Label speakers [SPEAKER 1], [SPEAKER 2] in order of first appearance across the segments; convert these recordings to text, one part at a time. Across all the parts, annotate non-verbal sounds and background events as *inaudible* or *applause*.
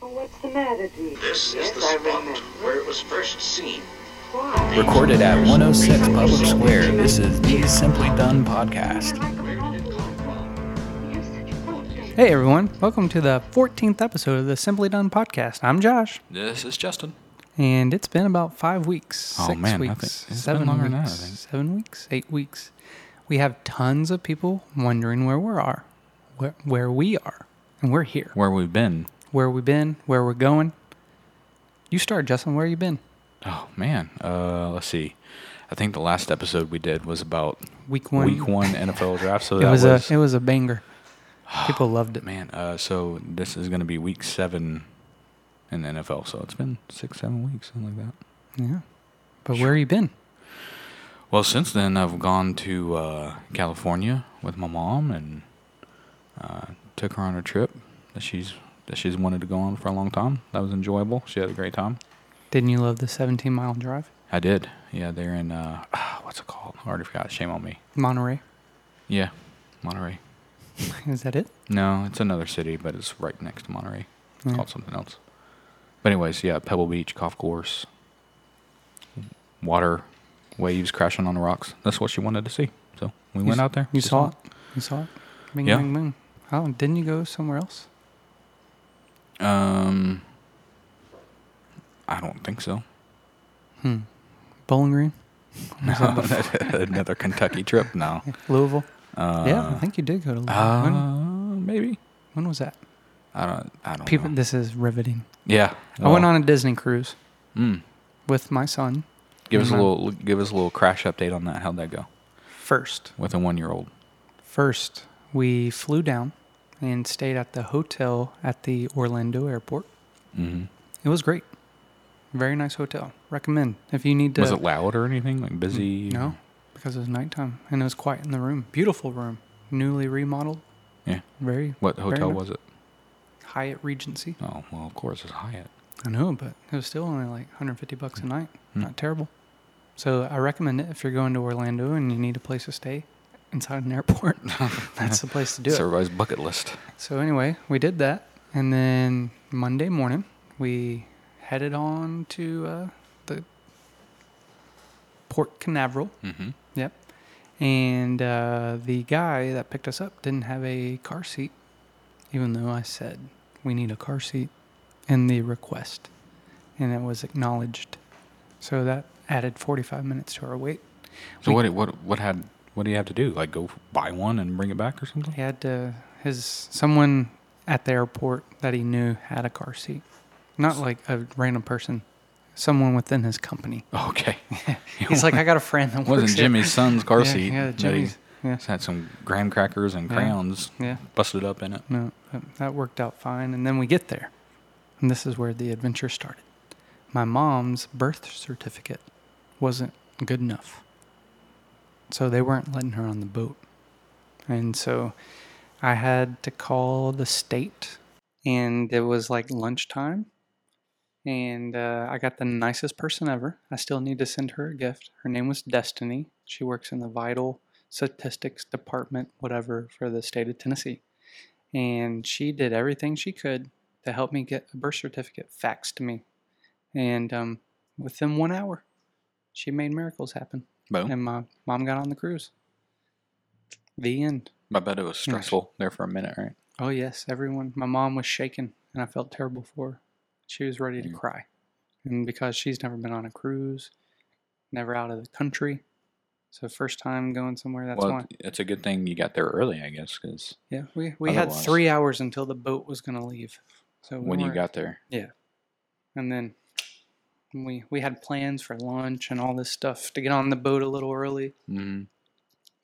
[SPEAKER 1] What's the matter, dear?
[SPEAKER 2] This is
[SPEAKER 1] yes,
[SPEAKER 2] the
[SPEAKER 1] I
[SPEAKER 2] spot
[SPEAKER 1] remember.
[SPEAKER 2] where it was first seen.
[SPEAKER 1] Why?
[SPEAKER 3] Recorded at 106 Public Square, this is the Simply Done podcast. Hey everyone, welcome to the 14th episode of the Simply Done podcast. I'm Josh,
[SPEAKER 4] This is Justin.
[SPEAKER 3] and it's been about five weeks,
[SPEAKER 4] Oh,
[SPEAKER 3] six
[SPEAKER 4] man, I
[SPEAKER 3] weeks,
[SPEAKER 4] think- it's been
[SPEAKER 3] seven
[SPEAKER 4] longer
[SPEAKER 3] weeks,
[SPEAKER 4] than that, I think.
[SPEAKER 3] seven weeks, eight weeks. We have tons of people wondering where we are, where, where we are, and we're here.
[SPEAKER 4] Where we've been.
[SPEAKER 3] Where we've been, where we're going. You start, Justin. Where you been?
[SPEAKER 4] Oh man. Uh, let's see. I think the last episode we did was about
[SPEAKER 3] Week one.
[SPEAKER 4] week one NFL draft. So
[SPEAKER 3] It
[SPEAKER 4] that
[SPEAKER 3] was,
[SPEAKER 4] was,
[SPEAKER 3] a it was
[SPEAKER 4] *sighs*
[SPEAKER 3] a banger. People loved it.
[SPEAKER 4] man. Uh, so this is gonna be week seven in the NFL. So it's been six, seven weeks, something like that.
[SPEAKER 3] Yeah. But where you been?
[SPEAKER 4] Well, since then I've gone to uh, California with my mom and uh, took her on a trip that she's that she's wanted to go on for a long time. That was enjoyable. She had a great time.
[SPEAKER 3] Didn't you love the 17 mile drive?
[SPEAKER 4] I did. Yeah, they're in uh, *sighs* what's it called? I already forgot. Shame on me.
[SPEAKER 3] Monterey. *laughs*
[SPEAKER 4] Yeah, Monterey.
[SPEAKER 3] Is that it?
[SPEAKER 4] No, it's another city, but it's right next to Monterey. It's
[SPEAKER 3] Yeah.
[SPEAKER 4] called something else. But anyways, yeah, Pebble Beach golf course, water, waves crashing on the rocks. That's what she wanted to see. So we
[SPEAKER 3] You
[SPEAKER 4] went
[SPEAKER 3] s-
[SPEAKER 4] out there.
[SPEAKER 3] You
[SPEAKER 4] She
[SPEAKER 3] saw it? You saw it? Bing,
[SPEAKER 4] Yeah.
[SPEAKER 3] bing, bing. Oh, didn't you go somewhere else?
[SPEAKER 4] it. Um, I don't think so. *laughs*
[SPEAKER 3] Bowling Green?
[SPEAKER 4] another Kentucky trip?
[SPEAKER 3] *laughs*
[SPEAKER 4] No.
[SPEAKER 3] Louisville? yeah, I think you did go to Louisville. when,
[SPEAKER 4] Uh, maybe.
[SPEAKER 3] when was that?
[SPEAKER 4] I don't. I don't.
[SPEAKER 3] People,
[SPEAKER 4] know. Oh.
[SPEAKER 3] This is riveting.
[SPEAKER 4] yeah.
[SPEAKER 3] I went
[SPEAKER 4] well,
[SPEAKER 3] on a Disney cruise
[SPEAKER 4] Mm,
[SPEAKER 3] with my son
[SPEAKER 4] give us a
[SPEAKER 3] Mhm.
[SPEAKER 4] little. Give us a little crash update on that. How'd that go
[SPEAKER 3] first.
[SPEAKER 4] with a one-year-old?
[SPEAKER 3] First, we flew down and stayed at the hotel at the Orlando airport.
[SPEAKER 4] Mm-hmm.
[SPEAKER 3] It was great. Very nice hotel. Recommend if you need to.
[SPEAKER 4] Was it loud or anything? Like busy?
[SPEAKER 3] Mm, No, because it was nighttime and it was quiet in the room. Beautiful room, newly remodeled.
[SPEAKER 4] Yeah.
[SPEAKER 3] Very
[SPEAKER 4] What
[SPEAKER 3] very
[SPEAKER 4] hotel
[SPEAKER 3] nice.
[SPEAKER 4] was it?
[SPEAKER 3] Hyatt Regency.
[SPEAKER 4] Oh, well, of course, it's Hyatt.
[SPEAKER 3] I know, but it was still only like 150 bucks a night.
[SPEAKER 4] Hmm.
[SPEAKER 3] Not terrible. So I recommend it if you're going to Orlando and you need a place to stay inside an airport. that's the place to do
[SPEAKER 4] it's
[SPEAKER 3] it.
[SPEAKER 4] everybody's bucket
[SPEAKER 3] *laughs*
[SPEAKER 4] list.
[SPEAKER 3] So anyway, we did that, and then Monday morning we headed on to uh, the Port Canaveral.
[SPEAKER 4] Mm-hmm.
[SPEAKER 3] Yep. And uh, the guy that picked us up didn't have a car seat, even though I said we need a car seat in the request, and it was acknowledged. So that added 45 minutes to our wait.
[SPEAKER 4] So
[SPEAKER 3] We-
[SPEAKER 4] what? What? What had? What do you have to do? Like go buy one and bring it back or something?
[SPEAKER 3] He had to, his someone at the airport that he knew had a car seat, not like a random person, someone within his
[SPEAKER 4] *laughs*
[SPEAKER 3] company.
[SPEAKER 4] Okay.
[SPEAKER 3] He's like, I got a friend that works *laughs*
[SPEAKER 4] wasn't
[SPEAKER 3] here."
[SPEAKER 4] Jimmy's son's car
[SPEAKER 3] Yeah,
[SPEAKER 4] seat.
[SPEAKER 3] Yeah,
[SPEAKER 4] that he
[SPEAKER 3] Jimmy's. Yeah,
[SPEAKER 4] Had some graham crackers and
[SPEAKER 3] Yeah.
[SPEAKER 4] crayons
[SPEAKER 3] yeah.
[SPEAKER 4] busted up in it.
[SPEAKER 3] No, that- that worked out fine. And then we get there. And this is where the adventure started. My mom's birth certificate wasn't good enough. So they weren't letting her on the boat. And so I had to call the state. And it was like lunchtime. And uh, I got the nicest person ever. I still need to send her a gift. Her name was Destiny. She works in the vital statistics department, whatever, for the state of Tennessee and she did everything she could to help me get a birth certificate faxed to me. And um, within one hour, she made miracles happen.
[SPEAKER 4] Boom.
[SPEAKER 3] And my mom got on the cruise. The end.
[SPEAKER 4] I bet it was stressful there for a minute, right?
[SPEAKER 3] Oh, yes, everyone. My mom was shaken, and I felt terrible for her. She was ready to
[SPEAKER 4] Mm.
[SPEAKER 3] cry. And because she's never been on a cruise, never out of the country. So, first time going somewhere, that's
[SPEAKER 4] well,
[SPEAKER 3] why.
[SPEAKER 4] it's a good thing you got there early, I guess, because
[SPEAKER 3] Yeah, we, we had
[SPEAKER 4] otherwise-
[SPEAKER 3] three hours until the boat was going to leave. So we
[SPEAKER 4] when you
[SPEAKER 3] weren't-
[SPEAKER 4] got there,
[SPEAKER 3] and then we we had plans for lunch and all this stuff to get on the boat a little early,
[SPEAKER 4] mm,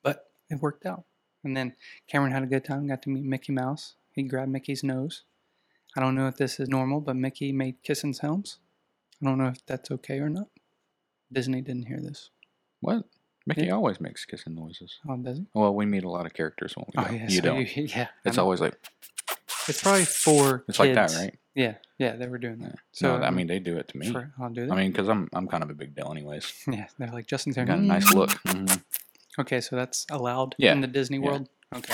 [SPEAKER 3] but it worked out. And then Cameron had a good time, got to meet Mickey Mouse. He grabbed Mickey's nose. I don't know if this is normal, but Mickey made kissing sounds. I don't know if that's okay or not. Disney didn't hear this.
[SPEAKER 4] what? Mickey
[SPEAKER 3] Yeah.
[SPEAKER 4] always makes kissing noises.
[SPEAKER 3] Oh, does he?
[SPEAKER 4] Well, we meet a lot of characters when we
[SPEAKER 3] Oh,
[SPEAKER 4] go.
[SPEAKER 3] yeah.
[SPEAKER 4] you
[SPEAKER 3] so
[SPEAKER 4] don't.
[SPEAKER 3] *laughs* yeah. I
[SPEAKER 4] it's
[SPEAKER 3] know.
[SPEAKER 4] always like
[SPEAKER 3] It's probably for
[SPEAKER 4] it's like that,
[SPEAKER 3] kids.
[SPEAKER 4] right?
[SPEAKER 3] Yeah. Yeah, they were doing
[SPEAKER 4] Yeah.
[SPEAKER 3] that.
[SPEAKER 4] So
[SPEAKER 3] So
[SPEAKER 4] I mean, they do it to me.
[SPEAKER 3] for- I'll do that.
[SPEAKER 4] I mean, because I'm I'm kind of a big deal, anyways.
[SPEAKER 3] *laughs* yeah, they're like Justin's
[SPEAKER 4] I
[SPEAKER 3] there.
[SPEAKER 4] got a nice look. Mhm.
[SPEAKER 3] Okay, so that's allowed
[SPEAKER 4] Yeah,
[SPEAKER 3] in the Disney
[SPEAKER 4] yeah.
[SPEAKER 3] World. Okay.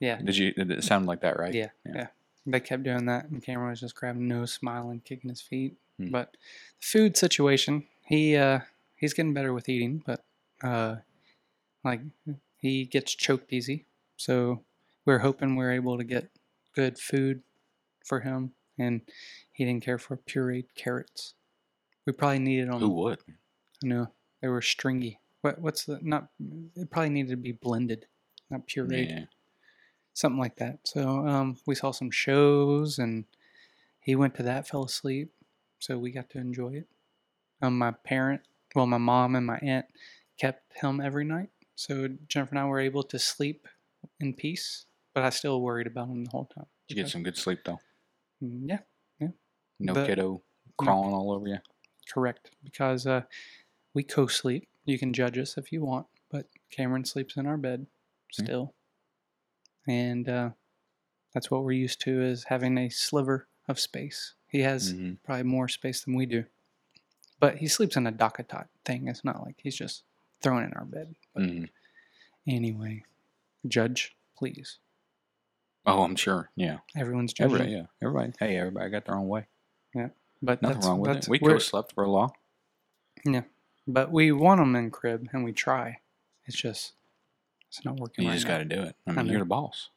[SPEAKER 3] Yeah.
[SPEAKER 4] Did you? Did it sound like that, right?
[SPEAKER 3] Yeah. They kept doing that, and Cameron was just grabbing nose, smiling, kicking his feet.
[SPEAKER 4] Hmm.
[SPEAKER 3] But the food situation, he uh, he's getting better with eating, but uh, like he gets choked easy. So we're hoping we're able to get good food for him, and he didn't care for pureed carrots. We probably needed on
[SPEAKER 4] Who would?
[SPEAKER 3] no, they were stringy. What what's the not? It probably needed to be blended, not pureed
[SPEAKER 4] Yeah.
[SPEAKER 3] something like that. So um, we saw some shows, and he went to that, fell asleep, so we got to enjoy it. Um, my parent, well, my mom and my aunt kept him every night, so Jennifer and I were able to sleep in peace. But I still worried about him the whole time.
[SPEAKER 4] Did you get some good sleep though?
[SPEAKER 3] Mm, Yeah,
[SPEAKER 4] No
[SPEAKER 3] The-
[SPEAKER 4] kiddo crawling all over you.
[SPEAKER 3] correct, because uh, we co-sleep. You can judge us if you want, but Cameron sleeps in our bed
[SPEAKER 4] Hmm.
[SPEAKER 3] still, and uh, that's what we're used to is having a sliver of space. He has
[SPEAKER 4] Mhm.
[SPEAKER 3] probably more space than we do. But he sleeps in a Dakota thing. It's not like he's just thrown in our bed. But
[SPEAKER 4] Mhm.
[SPEAKER 3] anyway, judge, please.
[SPEAKER 4] Oh, I'm sure. Yeah.
[SPEAKER 3] Everyone's judging.
[SPEAKER 4] Everybody. Yeah. Everybody. Hey, everybody got their own way.
[SPEAKER 3] But
[SPEAKER 4] Nothing
[SPEAKER 3] that's,
[SPEAKER 4] wrong with
[SPEAKER 3] that's,
[SPEAKER 4] it. We
[SPEAKER 3] we're-
[SPEAKER 4] co-slept for a long.
[SPEAKER 3] But we want him in crib and we try. It's just it's not working.
[SPEAKER 4] You
[SPEAKER 3] right
[SPEAKER 4] just
[SPEAKER 3] now.
[SPEAKER 4] got to do it. I
[SPEAKER 3] I
[SPEAKER 4] mean,
[SPEAKER 3] know.
[SPEAKER 4] you're the boss.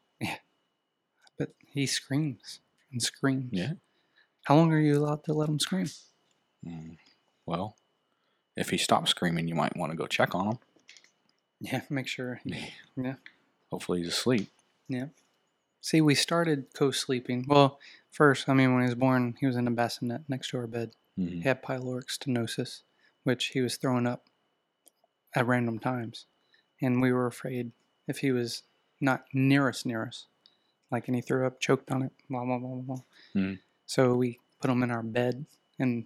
[SPEAKER 3] But he screams and screams.
[SPEAKER 4] Yeah.
[SPEAKER 3] How long are you allowed to let him scream? *laughs*
[SPEAKER 4] Mm. Well, if he stops screaming, you might want to go check on
[SPEAKER 3] Yeah, make sure.
[SPEAKER 4] *laughs* him.
[SPEAKER 3] Yeah.
[SPEAKER 4] Hopefully he's asleep.
[SPEAKER 3] See, we started co-sleeping. Well, first, I mean, when he was born, he was in a bassinet next to our bed.
[SPEAKER 4] Mhm.
[SPEAKER 3] He had pyloric stenosis, which he was throwing up at random times. And we were afraid if he was not near us, near us. Like, and he threw up, choked on it, blah, blah, blah, blah, blah.
[SPEAKER 4] Hmm.
[SPEAKER 3] So we put him in our bed and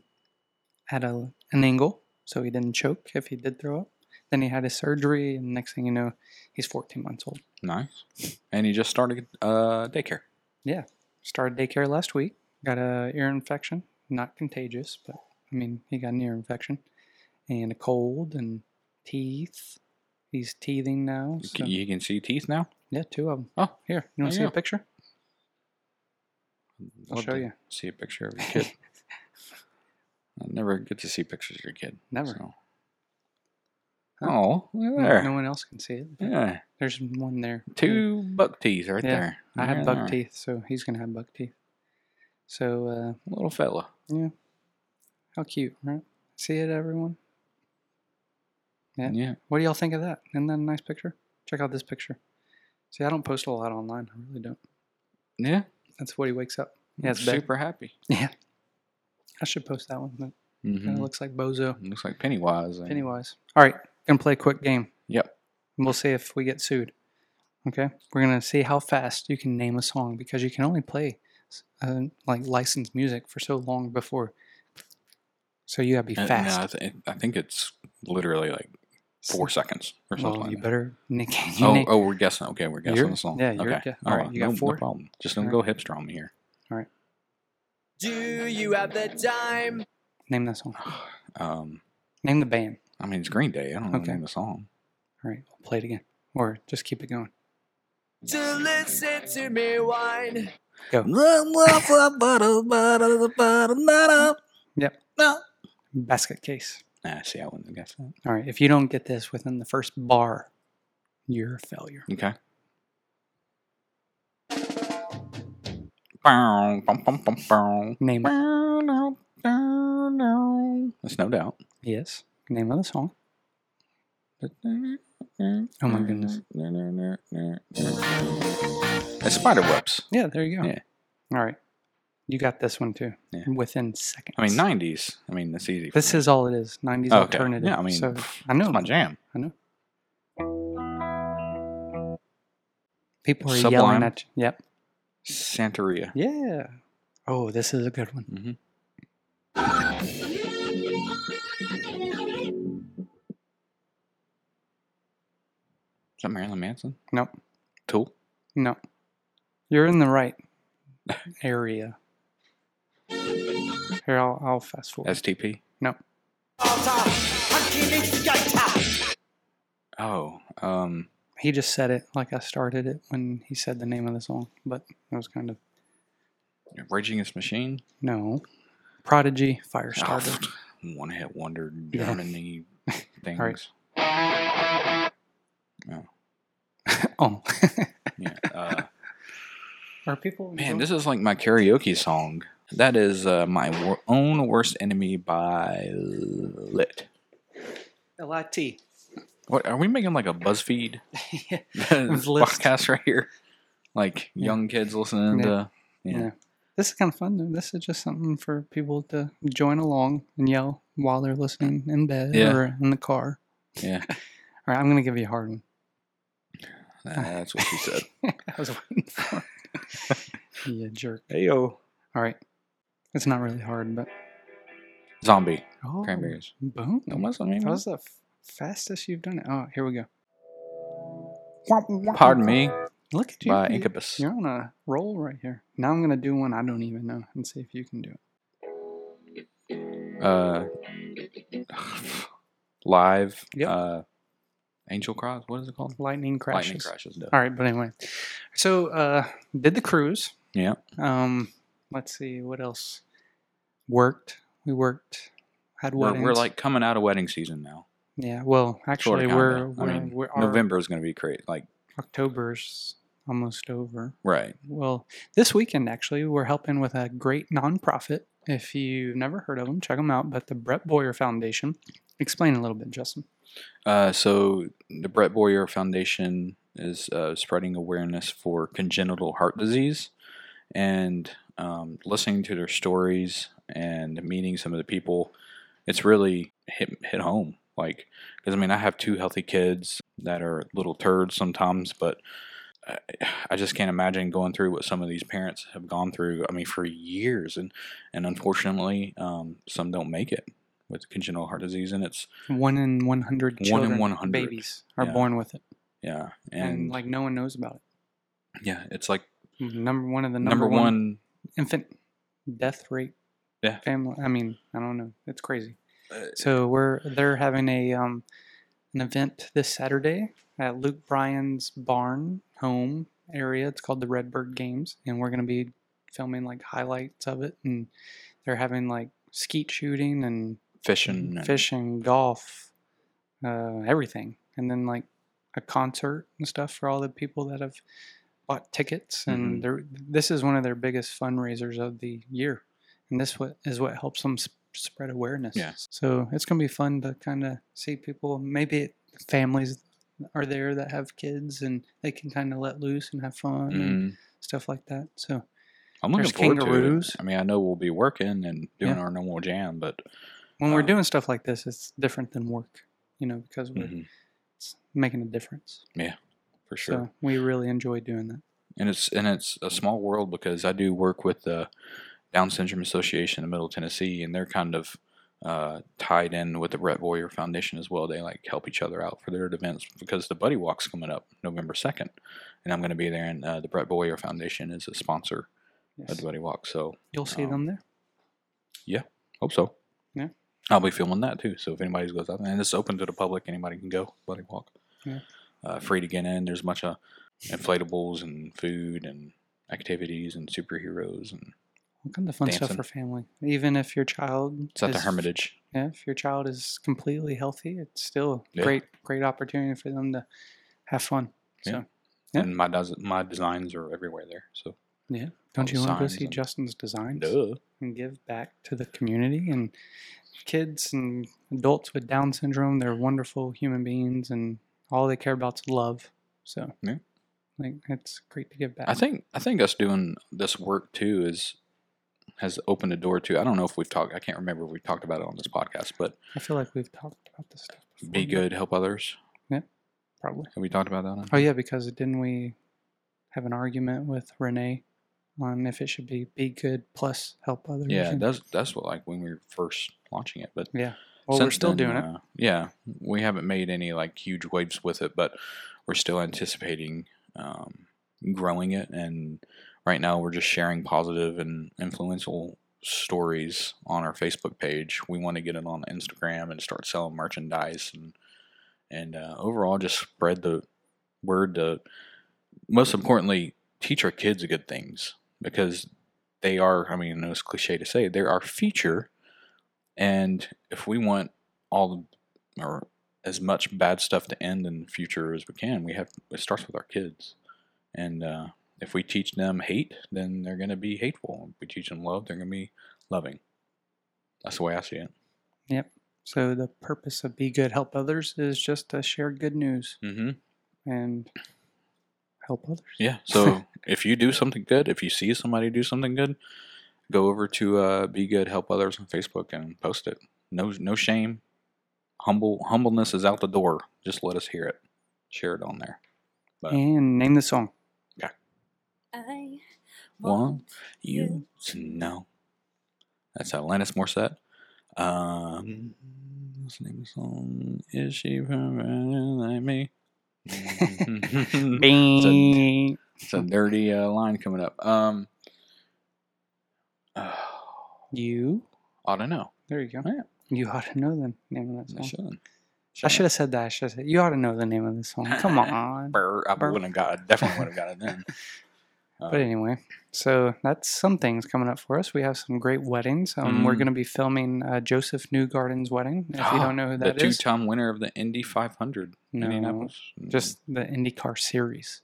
[SPEAKER 3] had a, an angle so he didn't choke if he did throw up. Then he had his surgery, and next thing you know, he's 14 months old.
[SPEAKER 4] Nice. And he just started uh, daycare.
[SPEAKER 3] Started daycare last week. Got a ear infection, not contagious, but I mean he got an ear infection, and a cold and teeth. He's teething now.
[SPEAKER 4] You
[SPEAKER 3] so-
[SPEAKER 4] can, you can see teeth now.
[SPEAKER 3] yeah, two of them.
[SPEAKER 4] Oh,
[SPEAKER 3] Here, you want
[SPEAKER 4] There
[SPEAKER 3] to see
[SPEAKER 4] you
[SPEAKER 3] a
[SPEAKER 4] go.
[SPEAKER 3] picture? I'll
[SPEAKER 4] Love
[SPEAKER 3] show
[SPEAKER 4] to
[SPEAKER 3] you.
[SPEAKER 4] See a picture of your
[SPEAKER 3] *laughs*
[SPEAKER 4] kid. I never get to see pictures of your kid.
[SPEAKER 3] Never.
[SPEAKER 4] so.
[SPEAKER 3] Huh.
[SPEAKER 4] Oh, look at
[SPEAKER 3] No-
[SPEAKER 4] there.
[SPEAKER 3] No one else can see it. but
[SPEAKER 4] Yeah,
[SPEAKER 3] There's one there.
[SPEAKER 4] two buck teeth right
[SPEAKER 3] Yeah,
[SPEAKER 4] there.
[SPEAKER 3] I
[SPEAKER 4] Yeah,
[SPEAKER 3] have buck
[SPEAKER 4] there.
[SPEAKER 3] teeth, so he's gonna have buck teeth. So uh,
[SPEAKER 4] Little fella.
[SPEAKER 3] how cute, right? See it, everyone. Yeah.
[SPEAKER 4] Yeah.
[SPEAKER 3] What do y'all think of that? Isn't that a nice picture? Check out this picture. See, I don't post a lot online. I really don't.
[SPEAKER 4] Yeah.
[SPEAKER 3] That's what he wakes up. Yeah, it's big.
[SPEAKER 4] super happy.
[SPEAKER 3] I should post that one. That
[SPEAKER 4] Mhm.
[SPEAKER 3] kinda looks like Bozo.
[SPEAKER 4] Mm-hmm. Looks like Pennywise. and-
[SPEAKER 3] Mm-hmm. Pennywise. All right, gonna play a quick game.
[SPEAKER 4] Yep.
[SPEAKER 3] And we'll see if we get sued. Okay, we're gonna see how fast you can name a song because you can only play uh, like licensed music for so long before. So you gotta be
[SPEAKER 4] Uh, no,
[SPEAKER 3] fast.
[SPEAKER 4] I, thi- I think it's literally like four seconds or something.
[SPEAKER 3] Well,
[SPEAKER 4] like
[SPEAKER 3] you
[SPEAKER 4] that.
[SPEAKER 3] better. *laughs* Nick, you
[SPEAKER 4] Oh,
[SPEAKER 3] name-
[SPEAKER 4] oh, we're guessing. Okay, we're guessing
[SPEAKER 3] You're-
[SPEAKER 4] the song.
[SPEAKER 3] yeah, you're
[SPEAKER 4] okay.
[SPEAKER 3] guess-
[SPEAKER 4] All right, you got no, four. No problem. Just don't
[SPEAKER 3] All
[SPEAKER 4] go hipster on me here.
[SPEAKER 1] Do you have the time?
[SPEAKER 3] Name that song.
[SPEAKER 4] Um,
[SPEAKER 3] Name the band.
[SPEAKER 4] I mean, it's Green Day. I don't know
[SPEAKER 3] Okay.
[SPEAKER 4] the name of the song.
[SPEAKER 3] All right, we'll play it again, or just keep it going.
[SPEAKER 1] To listen to me whine.
[SPEAKER 3] Yep.
[SPEAKER 4] No.
[SPEAKER 3] Basket case.
[SPEAKER 4] Ah, see, I wouldn't have guessed that.
[SPEAKER 3] All right, if you don't get this within the first bar, you're a failure.
[SPEAKER 4] Okay. Bow, bum, bum, bum, bow.
[SPEAKER 3] Name it.
[SPEAKER 4] Bow, no, bow, no. That's no doubt.
[SPEAKER 3] Yes. Name of the song. Oh my goodness.
[SPEAKER 4] It's spider webs.
[SPEAKER 3] Yeah, there you go.
[SPEAKER 4] Yeah.
[SPEAKER 3] All right. You got this one too.
[SPEAKER 4] Yeah.
[SPEAKER 3] Within seconds.
[SPEAKER 4] I mean, 90s. I mean, that's easy. for
[SPEAKER 3] This
[SPEAKER 4] me.
[SPEAKER 3] is all it is. 90s
[SPEAKER 4] Oh, okay.
[SPEAKER 3] alternative.
[SPEAKER 4] Yeah, I mean,
[SPEAKER 3] so,
[SPEAKER 4] pff,
[SPEAKER 3] I know
[SPEAKER 4] That's my jam.
[SPEAKER 3] people are
[SPEAKER 4] Sublime.
[SPEAKER 3] yelling at you. Yep.
[SPEAKER 4] Santeria.
[SPEAKER 3] Yeah. Oh, this is a good one.
[SPEAKER 4] Mm-hmm. Is that Marilyn Manson?
[SPEAKER 3] Nope.
[SPEAKER 4] Tool?
[SPEAKER 3] No. You're in the right area. Here, I'll, I'll fast forward.
[SPEAKER 4] STP?
[SPEAKER 3] no.
[SPEAKER 4] Oh, um,
[SPEAKER 3] He just said it like I started it when he said the name of the song, but it was kind of
[SPEAKER 4] Rage Against the Machine.
[SPEAKER 3] No. Prodigy, Firestarter.
[SPEAKER 4] *laughs* One hit Oh, wonder
[SPEAKER 3] Yeah.
[SPEAKER 4] Germany
[SPEAKER 3] *laughs*
[SPEAKER 4] things.
[SPEAKER 3] right.
[SPEAKER 4] Yeah.
[SPEAKER 3] Oh. *laughs*
[SPEAKER 4] yeah. Uh,
[SPEAKER 3] Are people.
[SPEAKER 4] man, this is like my karaoke song. That is uh, my wor- own worst enemy by Lit. *laughs*
[SPEAKER 3] LIT.
[SPEAKER 4] What are we making like a BuzzFeed
[SPEAKER 3] yeah. *laughs* list.
[SPEAKER 4] podcast right here? Like
[SPEAKER 3] Yeah.
[SPEAKER 4] young kids listening
[SPEAKER 3] Yeah. *laughs*
[SPEAKER 4] to yeah.
[SPEAKER 3] yeah. This is kind of fun, though. This is just something for people to join along and yell while they're listening in bed
[SPEAKER 4] Yeah.
[SPEAKER 3] or in the car.
[SPEAKER 4] Yeah.
[SPEAKER 3] *laughs* All right, I'm going to give you a hard one.
[SPEAKER 4] Uh, that's what *laughs* she said.
[SPEAKER 3] *laughs* I was waiting for it. *laughs* you jerk.
[SPEAKER 4] hey yo,
[SPEAKER 3] All right. It's not really hard, but.
[SPEAKER 4] zombie
[SPEAKER 3] Oh,
[SPEAKER 4] cranberries.
[SPEAKER 3] Boom.
[SPEAKER 4] Don't mess with me.
[SPEAKER 3] That
[SPEAKER 4] man.
[SPEAKER 3] was the f- fastest you've done it. Oh, here we go.
[SPEAKER 4] Pardon me
[SPEAKER 3] Look at you.
[SPEAKER 4] by
[SPEAKER 3] you-
[SPEAKER 4] Incubus.
[SPEAKER 3] You're on a roll right here. Now I'm gonna do one I don't even know and see if you can do it.
[SPEAKER 4] uh, *sighs* live
[SPEAKER 3] Yep.
[SPEAKER 4] uh, angel cries. What is it called?
[SPEAKER 3] Lightning crashes.
[SPEAKER 4] Lightning crashes. duh.
[SPEAKER 3] All right, but anyway, so uh, did the cruise.
[SPEAKER 4] Yeah,
[SPEAKER 3] Um, let's see what else. Worked. We worked. Had
[SPEAKER 4] we're,
[SPEAKER 3] weddings.
[SPEAKER 4] we're like coming out of wedding season now.
[SPEAKER 3] yeah. Well,
[SPEAKER 4] Sorta,
[SPEAKER 3] actually,
[SPEAKER 4] kinda.
[SPEAKER 3] we're we're,
[SPEAKER 4] I mean,
[SPEAKER 3] we're our
[SPEAKER 4] November is going to be crazy. Like
[SPEAKER 3] October's almost over.
[SPEAKER 4] right.
[SPEAKER 3] Well, this weekend actually, we're helping with a great nonprofit. If you've never heard of them, check them out. But the Brett Boyer Foundation. Explain a little bit, Justin.
[SPEAKER 4] Uh, so the Brett Boyer Foundation is uh, spreading awareness for congenital heart disease, and um, listening to their stories and meeting some of the people. It's really hit hit home. Like, because I mean, I have two healthy kids that are little turds sometimes, but I, I just can't imagine going through what some of these parents have gone through. I mean, for years, and and unfortunately, um, some don't make it with congenital heart disease, and it's
[SPEAKER 3] One in one hundred
[SPEAKER 4] One in
[SPEAKER 3] children,
[SPEAKER 4] 100,
[SPEAKER 3] babies are
[SPEAKER 4] yeah.
[SPEAKER 3] born with it,
[SPEAKER 4] Yeah,
[SPEAKER 3] and,
[SPEAKER 4] and, like
[SPEAKER 3] like no one knows about
[SPEAKER 4] yeah, it's like
[SPEAKER 3] it. Mm-hmm. Number one of the
[SPEAKER 4] number,
[SPEAKER 3] number,
[SPEAKER 4] one,
[SPEAKER 3] infant death rate.
[SPEAKER 4] Yeah.
[SPEAKER 3] Family. I mean, I don't know. It's crazy.
[SPEAKER 4] Uh,
[SPEAKER 3] so we're they're having a um, an event this Saturday at Luke Bryan's barn home area. It's called the Redbird Games, and we're gonna be filming like highlights of it. And they're having like skeet shooting and
[SPEAKER 4] fishing. and- uh,
[SPEAKER 3] fishing, golf, uh, everything, and then like a concert and stuff for all the people that have bought tickets.
[SPEAKER 4] Mm-hmm.
[SPEAKER 3] And they're, this is one of their biggest fundraisers of the year, and this what is what helps them sp- spread awareness.
[SPEAKER 4] Yeah.
[SPEAKER 3] So it's gonna be fun to kind of see people. Maybe it, families are there that have kids, and they can kind of let loose and have fun and
[SPEAKER 4] Mhm.
[SPEAKER 3] stuff like that. So
[SPEAKER 4] I'm looking
[SPEAKER 3] There's
[SPEAKER 4] forward to
[SPEAKER 3] kangaroos.
[SPEAKER 4] it. I mean, I know we'll be working and doing
[SPEAKER 3] Yeah.
[SPEAKER 4] our normal jam, but
[SPEAKER 3] when we're
[SPEAKER 4] Wow.
[SPEAKER 3] doing stuff like this, it's different than work, you know, because we're
[SPEAKER 4] mhm,
[SPEAKER 3] it's making a difference.
[SPEAKER 4] for sure.
[SPEAKER 3] Mm-hmm. So we really enjoy doing that.
[SPEAKER 4] And it's and it's a small world because I do work with the Down Syndrome Association in Middle Tennessee, and they're kind of uh, tied in with the Brett Boyer Foundation as well. They like help each other out for their events because the Buddy Walk's coming up November second, and I'm going to be there. And uh, the Brett Boyer Foundation is a sponsor of
[SPEAKER 3] Yes.
[SPEAKER 4] the Buddy Walk, so
[SPEAKER 3] You'll see
[SPEAKER 4] um,
[SPEAKER 3] them there.
[SPEAKER 4] Hope so.
[SPEAKER 3] Yeah.
[SPEAKER 4] I'll be filming that too. So if anybody goes out there, and it's open to the public, anybody can go. Buddy walk.
[SPEAKER 3] Yeah.
[SPEAKER 4] Uh, free to get in. There's a bunch of inflatables and food and activities and superheroes and
[SPEAKER 3] All kinds of fun stuff
[SPEAKER 4] dancing.
[SPEAKER 3] for family. Even if your child
[SPEAKER 4] it's at the
[SPEAKER 3] is-
[SPEAKER 4] Hermitage.
[SPEAKER 3] Yeah, if your child is completely healthy, it's still a
[SPEAKER 4] Yeah.
[SPEAKER 3] great great opportunity for them to have fun. So
[SPEAKER 4] Yeah.
[SPEAKER 3] Yeah.
[SPEAKER 4] And my des- my designs are everywhere there. So
[SPEAKER 3] don't
[SPEAKER 4] Oh,
[SPEAKER 3] you want to go
[SPEAKER 4] signs
[SPEAKER 3] see
[SPEAKER 4] and-
[SPEAKER 3] Justin's designs
[SPEAKER 4] duh.
[SPEAKER 3] and give back to the community and kids and adults with Down syndrome? They're wonderful human beings, and all they care about is love. So
[SPEAKER 4] Yeah.
[SPEAKER 3] like it's great to give back.
[SPEAKER 4] I think I think us doing this work too is has opened the door to I don't know if we've talked I can't remember if we talked about it on this podcast, but
[SPEAKER 3] I feel like we've talked about this stuff. Before,
[SPEAKER 4] be
[SPEAKER 3] but
[SPEAKER 4] good, help others.
[SPEAKER 3] probably.
[SPEAKER 4] Have we talked about that? on-
[SPEAKER 3] Oh yeah, because didn't we have an argument with Renee on if it should be be good plus help others?
[SPEAKER 4] Yeah,
[SPEAKER 3] and-
[SPEAKER 4] that's that's what like when we were first launching it, but
[SPEAKER 3] yeah. Well, we're
[SPEAKER 4] since
[SPEAKER 3] still
[SPEAKER 4] then,
[SPEAKER 3] doing it.
[SPEAKER 4] uh, yeah, we haven't made any like huge waves with it, but we're still anticipating um, growing it. And right now, we're just sharing positive and influential stories on our Facebook page. We want to get it on Instagram and start selling merchandise and and uh, overall just spread the word to most importantly teach our kids good things because they are, I mean, it's cliche to say, they are feature. And if we want all the, or as much bad stuff to end in the future as we can, we have, it starts with our kids. And uh, if we teach them hate, then they're going to be hateful. If we teach them love, they're going to be loving. That's the way I see it.
[SPEAKER 3] So the purpose of Be Good Help Others is just to share good news
[SPEAKER 4] Mm-hmm.
[SPEAKER 3] and help others.
[SPEAKER 4] Yeah. So if you do something good, if you see somebody do something good, go over to uh, Be Good Help Others on Facebook and post it. No, no shame. Humble humbleness is out the door. Just let us hear it. Share it on there. But
[SPEAKER 3] And name
[SPEAKER 4] *laughs*
[SPEAKER 3] the song.
[SPEAKER 2] I
[SPEAKER 4] want you to know. That's Alanis Morissette. Um, what's the name of the song? Is she better like me? *laughs*
[SPEAKER 3] Bing.
[SPEAKER 4] It's a dirty uh, line coming up. Um, *sighs* uh,
[SPEAKER 3] You.
[SPEAKER 4] ought to know. Oh,
[SPEAKER 3] There you go.
[SPEAKER 4] Yeah.
[SPEAKER 3] You ought to know the name of that
[SPEAKER 4] I
[SPEAKER 3] song.
[SPEAKER 4] should.
[SPEAKER 3] I should have said that. I should have said, you ought to know the name of the song.
[SPEAKER 4] *laughs*
[SPEAKER 3] Come on.
[SPEAKER 4] Burr, I
[SPEAKER 3] Burr.
[SPEAKER 4] would have got. Definitely would have got it then. Uh,
[SPEAKER 3] *laughs* But anyway, so that's some things coming up for us. We have some great weddings. Um, We're
[SPEAKER 4] Mm.
[SPEAKER 3] going to be filming uh, Joseph Newgarden's wedding. If
[SPEAKER 4] *gasps*
[SPEAKER 3] you don't know who that
[SPEAKER 4] the
[SPEAKER 3] is,
[SPEAKER 4] two-time winner of the Indy 500,
[SPEAKER 3] no,
[SPEAKER 4] Indianapolis.
[SPEAKER 3] just the IndyCar series,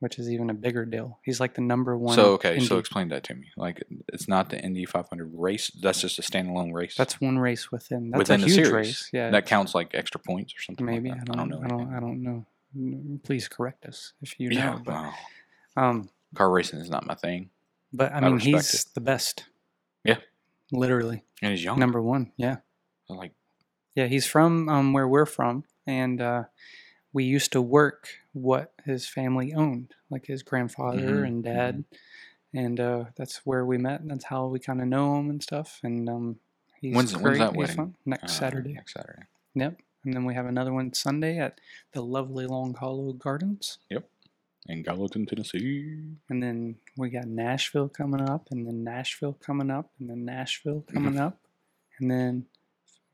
[SPEAKER 3] which is even a bigger deal. He's like the number one.
[SPEAKER 4] so okay. So
[SPEAKER 3] Indy-
[SPEAKER 4] explain that to me. Like it's not the Indy 500 race. That's just a standalone race.
[SPEAKER 3] that's one race within. That's
[SPEAKER 4] within
[SPEAKER 3] a
[SPEAKER 4] the
[SPEAKER 3] huge
[SPEAKER 4] series.
[SPEAKER 3] race. Yeah,
[SPEAKER 4] that counts like extra points or something. like
[SPEAKER 3] maybe.
[SPEAKER 4] that.
[SPEAKER 3] I, don't,
[SPEAKER 4] know.
[SPEAKER 3] I don't.
[SPEAKER 4] anything.
[SPEAKER 3] I don't know. Mm, Please correct us if you
[SPEAKER 4] yeah.
[SPEAKER 3] know. But,
[SPEAKER 4] wow.
[SPEAKER 3] um,
[SPEAKER 4] Car racing is not my thing.
[SPEAKER 3] but I
[SPEAKER 4] I
[SPEAKER 3] mean,
[SPEAKER 4] respect
[SPEAKER 3] he's the best.
[SPEAKER 4] Yeah. Oh.
[SPEAKER 3] Literally
[SPEAKER 4] And he's young.
[SPEAKER 3] number one. Yeah.
[SPEAKER 4] Like
[SPEAKER 3] Yeah, he's from um, where we're from, and uh, we used to work what his family owned, like his grandfather
[SPEAKER 4] Mhm,
[SPEAKER 3] and dad, and uh, that's where we met. And that's how we kind of know him and stuff. And um, he's
[SPEAKER 4] When's- when's
[SPEAKER 3] great,
[SPEAKER 4] that
[SPEAKER 3] he's
[SPEAKER 4] wedding?
[SPEAKER 3] fun. Next
[SPEAKER 4] uh,
[SPEAKER 3] Saturday.
[SPEAKER 4] Next Saturday.
[SPEAKER 3] Yep. And then we have another one Sunday at the lovely Long Hollow Gardens.
[SPEAKER 4] In Gallatin, Tennessee.
[SPEAKER 3] And then we got Nashville coming up, and then Nashville coming up, and then Nashville
[SPEAKER 4] Mm-hmm.
[SPEAKER 3] coming up, and then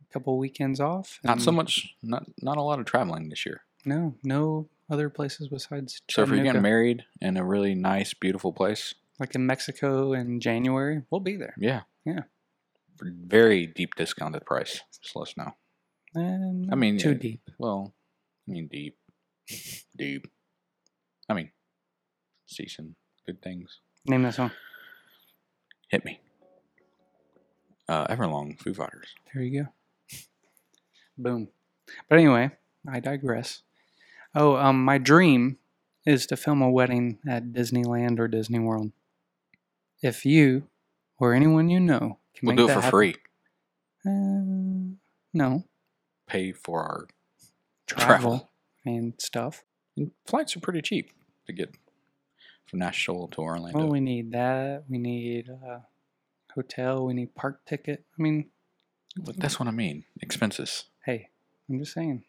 [SPEAKER 3] a couple weekends off.
[SPEAKER 4] Not so
[SPEAKER 3] and-
[SPEAKER 4] much. Not not a lot of traveling this year.
[SPEAKER 3] No, no other places besides.
[SPEAKER 4] So if you're
[SPEAKER 3] Chattanooga.
[SPEAKER 4] getting married in a really nice, beautiful place,
[SPEAKER 3] like in Mexico in January, we'll be there.
[SPEAKER 4] yeah,
[SPEAKER 3] Yeah.
[SPEAKER 4] very deep discounted price. Just let us know.
[SPEAKER 3] And
[SPEAKER 4] I mean,
[SPEAKER 3] too
[SPEAKER 4] uh,
[SPEAKER 3] deep.
[SPEAKER 4] Well, I mean, deep, deep. I mean, see some good things.
[SPEAKER 3] Name that song.
[SPEAKER 4] Hit me. Uh, Everlong, Foo Fighters.
[SPEAKER 3] There you go. Boom. But anyway, I digress. Oh, um, my dream is to film a wedding at Disneyland or Disney World. If you or anyone you know can
[SPEAKER 4] We'll
[SPEAKER 3] make
[SPEAKER 4] do it
[SPEAKER 3] that
[SPEAKER 4] for
[SPEAKER 3] happen-
[SPEAKER 4] free.
[SPEAKER 3] Uh, no
[SPEAKER 4] Pay for our
[SPEAKER 3] travel,
[SPEAKER 4] Travel.
[SPEAKER 3] and stuff.
[SPEAKER 4] and flights are pretty cheap to get from Nashville to Orlando.
[SPEAKER 3] Well, we need that. We need uh, hotel. We need park ticket. I mean,
[SPEAKER 4] But that's what I mean. Expenses.
[SPEAKER 3] hey, I'm just saying.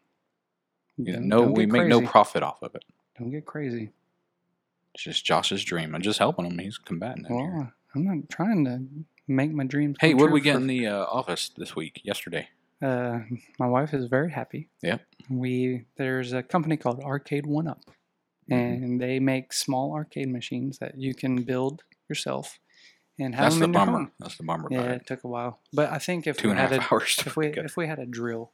[SPEAKER 4] You
[SPEAKER 3] Don't-
[SPEAKER 4] know,
[SPEAKER 3] don't
[SPEAKER 4] we
[SPEAKER 3] get
[SPEAKER 4] make no
[SPEAKER 3] crazy.
[SPEAKER 4] profit off of it.
[SPEAKER 3] Don't get crazy.
[SPEAKER 4] It's just Josh's dream. I'm just helping him. He's combating it. here.
[SPEAKER 3] Well, I'm not trying to make my dreams.
[SPEAKER 4] Hey,
[SPEAKER 3] come
[SPEAKER 4] what
[SPEAKER 3] true
[SPEAKER 4] did we get
[SPEAKER 3] for-
[SPEAKER 4] in the uh, office this week? Yesterday.
[SPEAKER 3] Uh, my wife is very happy.
[SPEAKER 4] Yep.
[SPEAKER 3] We there's a company called Arcade One Up,
[SPEAKER 4] Mm-hmm.
[SPEAKER 3] and they make small arcade machines that you can build yourself and have
[SPEAKER 4] That's
[SPEAKER 3] them
[SPEAKER 4] the
[SPEAKER 3] in your
[SPEAKER 4] bummer.
[SPEAKER 3] home.
[SPEAKER 4] That's the bummer.
[SPEAKER 3] Yeah,
[SPEAKER 4] about
[SPEAKER 3] it
[SPEAKER 4] it.
[SPEAKER 3] took a while, but I think if
[SPEAKER 4] Two
[SPEAKER 3] we
[SPEAKER 4] and a
[SPEAKER 3] had
[SPEAKER 4] half *laughs*
[SPEAKER 3] a,
[SPEAKER 4] hours. To
[SPEAKER 3] if we
[SPEAKER 4] get-
[SPEAKER 3] if we had a drill,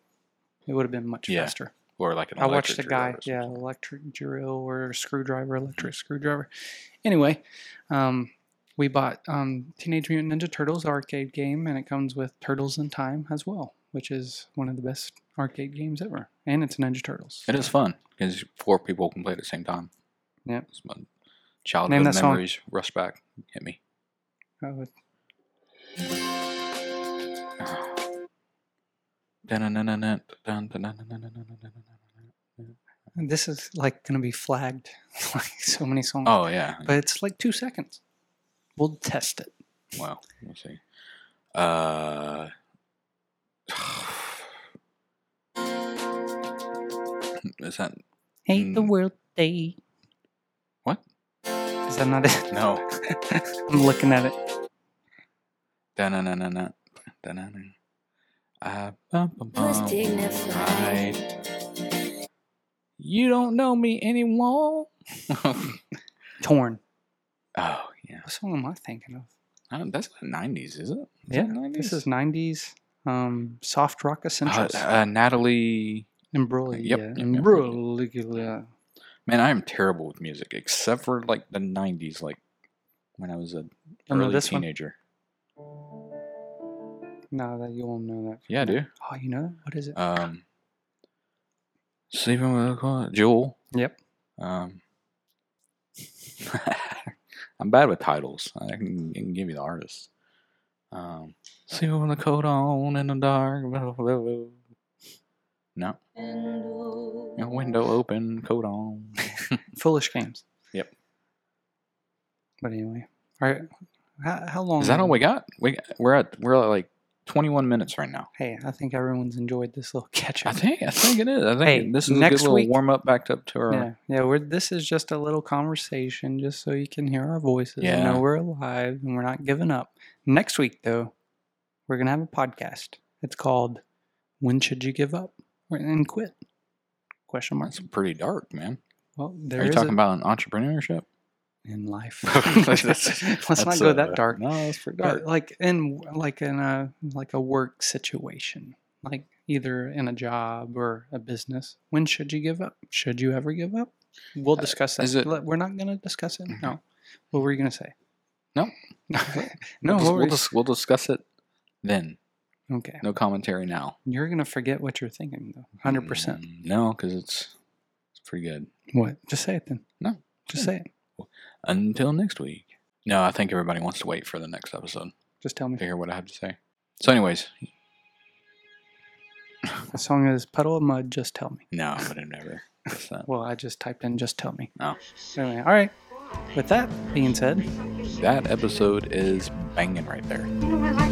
[SPEAKER 3] it would have been much
[SPEAKER 4] Yeah.
[SPEAKER 3] faster.
[SPEAKER 4] or like an
[SPEAKER 3] I watched a
[SPEAKER 4] electric
[SPEAKER 3] guy,
[SPEAKER 4] drill or
[SPEAKER 3] yeah,
[SPEAKER 4] something. Mm-hmm.
[SPEAKER 3] electric drill or screwdriver, electric screwdriver. Anyway, um, we bought um, Teenage Mutant Ninja Turtles arcade game, and it comes with Turtles in Time as well, which is one of the best arcade games ever. And it's Ninja Turtles.
[SPEAKER 4] It is fun because four people can play at the same time.
[SPEAKER 3] Yep.
[SPEAKER 4] It's my childhood
[SPEAKER 3] that song.
[SPEAKER 4] memories rush back. Hit me.
[SPEAKER 3] Oh, it- this is like going to be flagged, *laughs* like so many songs.
[SPEAKER 4] Oh yeah.
[SPEAKER 3] But it's like two seconds. We'll test it.
[SPEAKER 4] Wow. Let's see. Uh. Is that
[SPEAKER 3] Hate the
[SPEAKER 4] Mm.
[SPEAKER 3] world day.
[SPEAKER 4] What?
[SPEAKER 3] Is that not it?
[SPEAKER 4] no?
[SPEAKER 3] I'm looking at it.
[SPEAKER 4] Da-na-na-na-na. Da-na-na. Ah, bum, bum,
[SPEAKER 2] Was
[SPEAKER 4] bum.
[SPEAKER 2] dignified.
[SPEAKER 4] Right. Ah, You don't know me
[SPEAKER 3] *laughs*
[SPEAKER 4] anymore. oh
[SPEAKER 3] Torn.
[SPEAKER 4] yeah.
[SPEAKER 3] What song am I thinking of?
[SPEAKER 4] I don't, that's not 90s, is it? Is
[SPEAKER 3] yeah,
[SPEAKER 4] that 90s?
[SPEAKER 3] this is 90s um, soft rock
[SPEAKER 4] Uh,
[SPEAKER 3] essentials.
[SPEAKER 4] uh, Natalie.
[SPEAKER 3] Imbruglia.
[SPEAKER 4] yep, yep, yep, yep.
[SPEAKER 3] Imbruglia.
[SPEAKER 4] Man, I am terrible with music, except for like the 90s, like when I was a
[SPEAKER 3] Oh, no,
[SPEAKER 4] early
[SPEAKER 3] this one.
[SPEAKER 4] teenager.
[SPEAKER 3] No, that you won't know that.
[SPEAKER 4] Yeah, I do.
[SPEAKER 3] Oh, you know that? What is it?
[SPEAKER 4] Um, Sleeping with a Clown, Jewel.
[SPEAKER 3] Yep.
[SPEAKER 4] Um, *laughs* I'm bad with titles. I can, I can give you the artist. Um, Sleeping with a coat on in the dark. Blah, blah, blah. *laughs* No, no window open, coat on.
[SPEAKER 3] Foolish Games.
[SPEAKER 4] Yep.
[SPEAKER 3] But anyway, all right. How, how long?
[SPEAKER 4] Is that all
[SPEAKER 3] have-
[SPEAKER 4] we got? We we're at we're at like 21 minutes right now.
[SPEAKER 3] Hey, I think everyone's enjoyed this little *laughs* catch
[SPEAKER 4] I
[SPEAKER 3] up.
[SPEAKER 4] think I think it is. I think
[SPEAKER 3] Hey,
[SPEAKER 4] this is a
[SPEAKER 3] next
[SPEAKER 4] good little
[SPEAKER 3] week-
[SPEAKER 4] warm up back up to our.
[SPEAKER 3] Yeah, yeah. We're this is just a little conversation, just so you can hear our voices and
[SPEAKER 4] Yeah.
[SPEAKER 3] know we're alive and we're not giving up. Next week, though, we're gonna have a podcast. It's called "When Should You Give Up and Quit?" Question mark.
[SPEAKER 4] That's pretty dark, man.
[SPEAKER 3] Well,
[SPEAKER 4] Are
[SPEAKER 3] there
[SPEAKER 4] you
[SPEAKER 3] is
[SPEAKER 4] talking
[SPEAKER 3] a-
[SPEAKER 4] about an entrepreneurship?
[SPEAKER 3] in life.
[SPEAKER 4] That's-
[SPEAKER 3] *laughs* Let's
[SPEAKER 4] *laughs*
[SPEAKER 3] not
[SPEAKER 4] that's,
[SPEAKER 3] go
[SPEAKER 4] uh,
[SPEAKER 3] that dark.
[SPEAKER 4] No, that's pretty dark.
[SPEAKER 3] But like in like in a like a work situation, like either in a job or a business. When should you give up? Should you ever give up? We'll
[SPEAKER 4] Uh,
[SPEAKER 3] discuss that.
[SPEAKER 4] is it-
[SPEAKER 3] Let- We're not going to discuss it.
[SPEAKER 4] Mhm.
[SPEAKER 3] No. What were you going to say?
[SPEAKER 4] No.
[SPEAKER 3] *laughs* no.
[SPEAKER 4] we'll,
[SPEAKER 3] what
[SPEAKER 4] dis-
[SPEAKER 3] were
[SPEAKER 4] we'll,
[SPEAKER 3] you-
[SPEAKER 4] dis- we'll discuss it then.
[SPEAKER 3] okay.
[SPEAKER 4] No commentary now.
[SPEAKER 3] You're going to forget what you're thinking though. Hundred percent.
[SPEAKER 4] Mm, No, because it's it's pretty good.
[SPEAKER 3] What? Just say it then.
[SPEAKER 4] No.
[SPEAKER 3] Just say it.
[SPEAKER 4] Until next week. No, I think everybody wants to wait for the next episode
[SPEAKER 3] Just tell me.
[SPEAKER 4] to hear what I have to say. So, anyways,
[SPEAKER 3] The song is "Puddle of Mud." Just tell me.
[SPEAKER 4] no, but it never. That's that.
[SPEAKER 3] Well, I just typed in "Just tell me."
[SPEAKER 4] No.
[SPEAKER 3] Anyway, all right. With that being said.
[SPEAKER 4] That episode is banging right there.
[SPEAKER 5] Thank you.